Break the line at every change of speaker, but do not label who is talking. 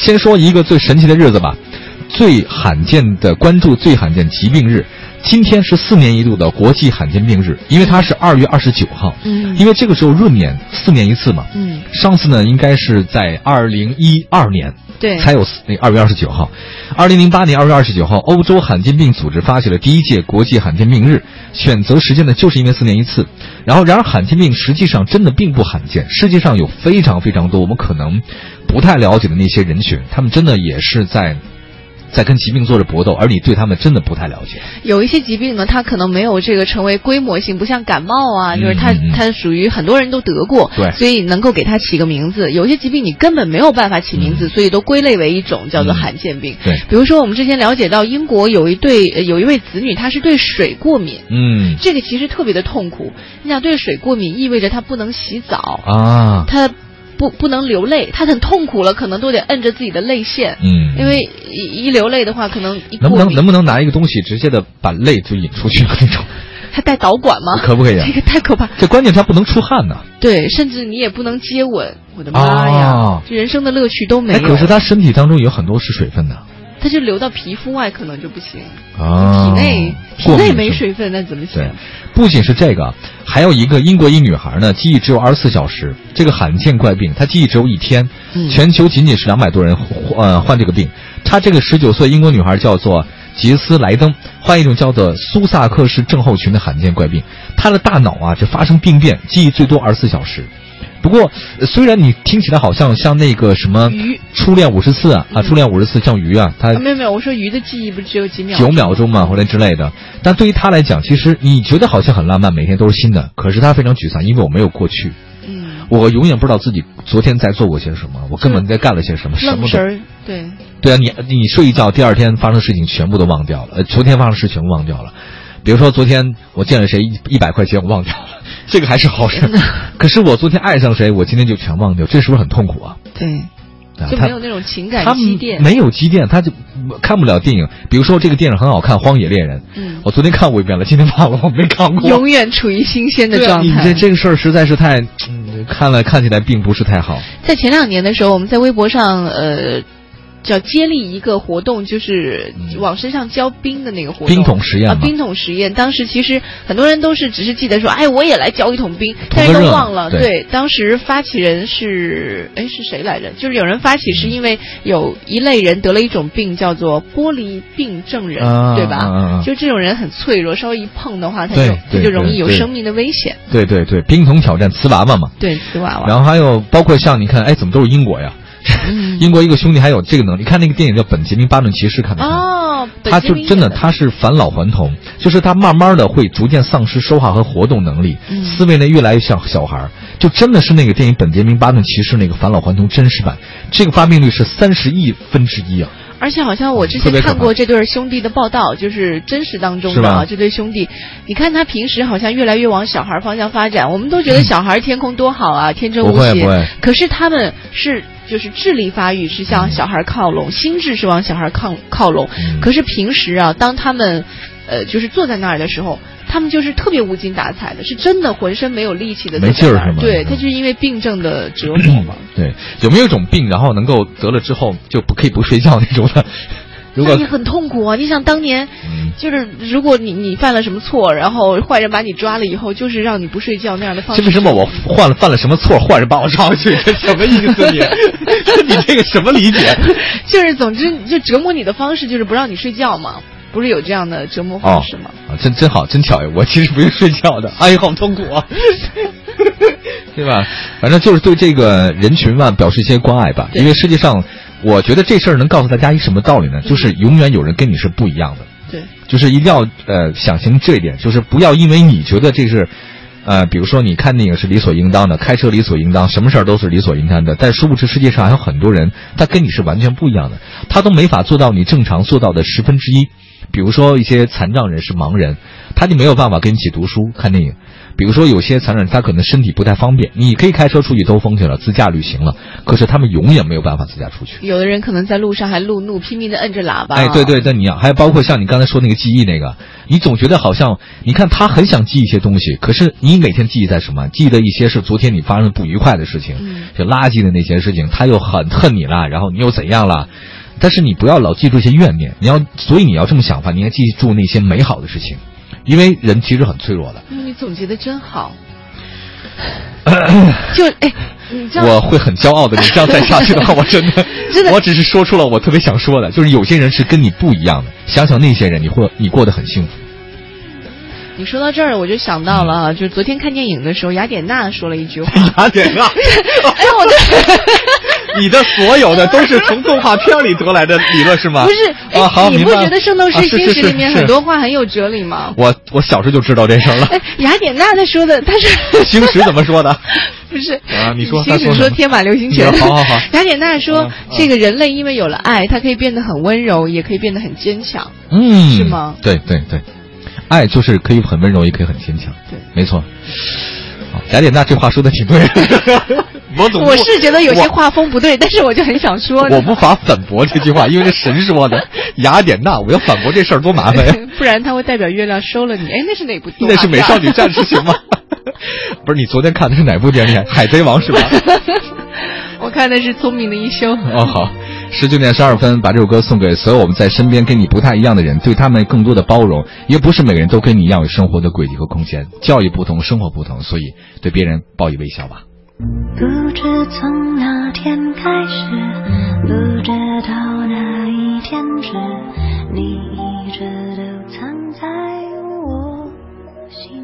先说一个最神奇的日子吧，最罕见的关注最罕见疾病日。今天是四年一度的国际罕见病日，因为它是二月二十九号，
嗯
因为这个时候闰年四年一次嘛，
嗯，
上次呢应该是在二零一二年，
对
才有那二月二十九号，二零零八年二月二十九号，欧洲罕见病组织发起了第一届国际罕见病日，选择时间呢，就是因为四年一次。然后，然而罕见病实际上真的并不罕见，世界上有非常非常多我们可能不太了解的那些人群，他们真的也是在在跟疾病做着搏斗，而你对他们真的不太了解。
有一些疾病呢，它可能没有这个成为规模性，不像感冒啊，就是它
嗯嗯嗯
它属于很多人都得过，
对
所以能够给它起个名字。有一些疾病你根本没有办法起名字，所以都归类为一种叫做
嗯
罕见病。
对，
比如说我们之前了解到，英国有一对呃有一位子女，她是对水过敏，
嗯
这个其实特别的痛苦。你想对水过敏意味着她不能洗澡，
啊，
她不不能流泪，她很痛苦了，可能都得摁着自己的泪腺，
嗯，
因为一一流泪的话，可能一过
能不能
敏
能不能拿一个东西直接的把泪就引出去那种，
他带导管吗？
可不可以啊
这？个太可怕。
这关键他不能出汗呢、
对，甚至你也不能接吻。我的妈呀，
哦
这人生的乐趣都没
哎，
有。
可是他身体当中有很多是水分的
它就流到皮肤外，可能就不行。
啊
体内体
过敏是
内没
吧
水分，那怎么
对
行？，
不仅是这个，还有一个英国一女孩呢，记忆只有二十四小时，这个罕见怪病，她记忆只有一天，
嗯
全球仅仅是两百多人患呃患这个病。她这个十九岁英国女孩叫做杰斯莱登，患一种叫做苏萨克氏症候群的罕见怪病，她的大脑啊就发生病变，记忆最多二十四小时。不过，呃虽然你听起来好像像那个什么
鱼
初恋五十四啊，啊，初恋五十四像鱼啊，它
啊没有没有，我说鱼的记忆不是只有几秒？
九秒钟嘛，或者之类的。但对于他来讲，其实你觉得好像很浪漫，每天都是新的，可是他非常沮丧，因为我没有过去，
嗯，
我永远不知道自己昨天在做过些什么，我根本在干了些什么，什
愣
么
神
都
儿。对，
对啊，你你睡一觉，第二天发生的事情全部都忘掉了，呃，昨天发生的事情忘掉了。比如说昨天我见了谁一一百块钱我忘掉了， 这个还是好
嗯
事。可是我昨天爱上谁，我今天就全忘掉，这是不是很痛苦啊？
对，
啊
就
他
没有那种情感
他
积淀。
没有积淀，他就看不了电影。比如说这个电影很好看，《荒野猎人》，
嗯
我昨天看过一遍了，今天忘了，我没看 过。
永远处于新鲜的
对啊
状
你
态。
这这个事儿实在是太，嗯看了看起来并不是太好。
在前两年的时候，我们在微博上呃。叫接力一个活动，就是
嗯
往身上浇冰的那个活动，
冰桶实验
啊
嘛，
冰桶实验。当时其实很多人都是只是记得说，哎，我也来浇一桶冰，
图
但是
个
都
热闹
忘了。
对
当时发起人是哎是谁来着？就是有人发起
嗯
是因为有一类人得了一种病，叫做玻璃病症人，
啊
对吧？
啊啊啊
就这种人很脆弱，稍微一碰的话，他
对
就他就
对
容易有
对对
生命的危险。
对对对，冰桶挑战瓷娃娃嘛。
对，瓷娃娃。
然后还有包括像你看，哎，怎么都是英国 呀？
嗯
英国一个兄弟还有这个能力，看那个电影叫《本杰明·巴顿骑士》，看没看？
哦，
他就
本杰明
真的
演
他是返老还童，就是他慢慢的会逐渐丧失说话和活动能力，
嗯
思维呢越来越像小孩儿，就真的是那个电影《本杰明·巴顿骑士》那个返老还童真实版，这个发病率是三十亿分之一啊！
而且好像我之
特
前
别可
看
怕
过这对儿兄弟的报道，就是真实当中
是
的
吧
啊，这对兄弟，你看他平时好像越来越往小孩儿方向发展，我们都觉得小孩儿天空多好啊，天真无
不会
邪
不会。
可是他们是就是智力发育是向小孩儿靠拢，心智是往小孩儿靠靠拢。
嗯
可是平时啊，当他们呃就是坐在那儿的时候，他们就是特别无精打采的，是真的浑身没有力气的。
没劲儿是吗
对
嗯
他就是因为病症的折磨 嘛。
对，有没有一种病，然后能够得了之后就不可以不睡觉那种 的？如
那
果
也很痛苦啊！你想当年
嗯，
就是如果你你犯了什么错，然后坏人把你抓了以后，就是让你不睡觉那样的方式。
这为什么我犯了犯了什么错，坏人把我抓回 去？这什么意思你？你这个什么理解？
就是总之就折磨你的方式就是不让你睡觉嘛，不是有这样的折磨方式吗？
啊，真真好，真巧呀！我其实不用睡觉的， 哎呀，好痛苦 啊，对吧？反正就是对这个人群嘛表示一些关爱吧，
对
因为世界上，我觉得这事儿能告诉大家一什么道理呢？就是永远有人跟你是不一样的，
对，
就是一定要呃想清这一点，就是不要因为你觉得这是。呃，比如说，你看电影是理所应当的，开车理所应当，什么事儿都是理所应当的。但殊不知，世界上还有很多人，他跟你是完全不一样的，他都没法做到你正常做到的十分之一。比如说一些残障人士、盲人，他就没有办法跟你一起读书、看电影。比如说有些残障人，他可能身体不太方便，你可以开车出去兜风去了，自驾旅行了，可是他们永远没有办法自驾出去。
有的人可能在路上还路怒，拼命的摁着喇叭。
哎，对对，那你啊，还有包括像你刚才说那个记忆那个，你总觉得好像，你看他很想记一些东西，可是你每天记忆在什么？记得一些是昨天你发生的不愉快的事情，
嗯
就垃圾的那些事情，他又很恨你啦，然后你又怎样啦？但是你不要老记住一些怨念，你要，所以你要这么想法，你应该记住那些美好的事情，因为人其实很脆弱的。
嗯你总结的真好。就哎，你知道
我会很骄傲的，你这样再下去的话，我真的，
真的
我只是说出了我特别想说的，就是有些人是跟你不一样的，想想那些人，你会你过得很幸福。
你说到这儿，我就想到了啊，就是昨天看电影的时候，雅典娜说了一 句话。
雅典娜，
哎，我的
啊你的所有的都是从动画片里得来的理论是吗？
不是，
啊，好，
哎，你不
明白了
觉得《圣斗士
啊是
星
是
矢》
是
里面
是
很多话很有哲理吗？
我我小时候就知道这事儿了。
哎，雅典娜她说的，她是
星矢怎么说 的？
不是
啊你说
星
她说
矢
什么
说天马流星拳
你， 说好好好
雅典娜说
啊，啊
这个人类因为有了爱，他可以变得很温柔，也可以变得很坚强。
嗯，
是吗
对对对，爱就是可以很温柔，也可以很坚强。
对
没错。好雅典娜这话说的挺对 的，我总不
我是觉得有些
我
画风不对，但是我就很想说呢
我无法反驳这句话，因为是神说 的。雅典娜，我要反驳这事儿多麻烦呀！
不然他会代表月亮收了你。哎，那是哪部动画
那是美
片
少女战士行吗？不是，你昨天看的是哪部电影？《海贼王》是吧？
啊我看的是《聪明的一休》。
哦，好，十九点十二分，把这首歌送给所有我们在身边跟你不太一样的人，对他们更多的包容，也不是每个人都跟你一样有生活的轨迹和空间，教育不同，生活不同，所以对别人报以微笑吧。
不知从哪天开始，不知道哪一天止，你一直都藏在我心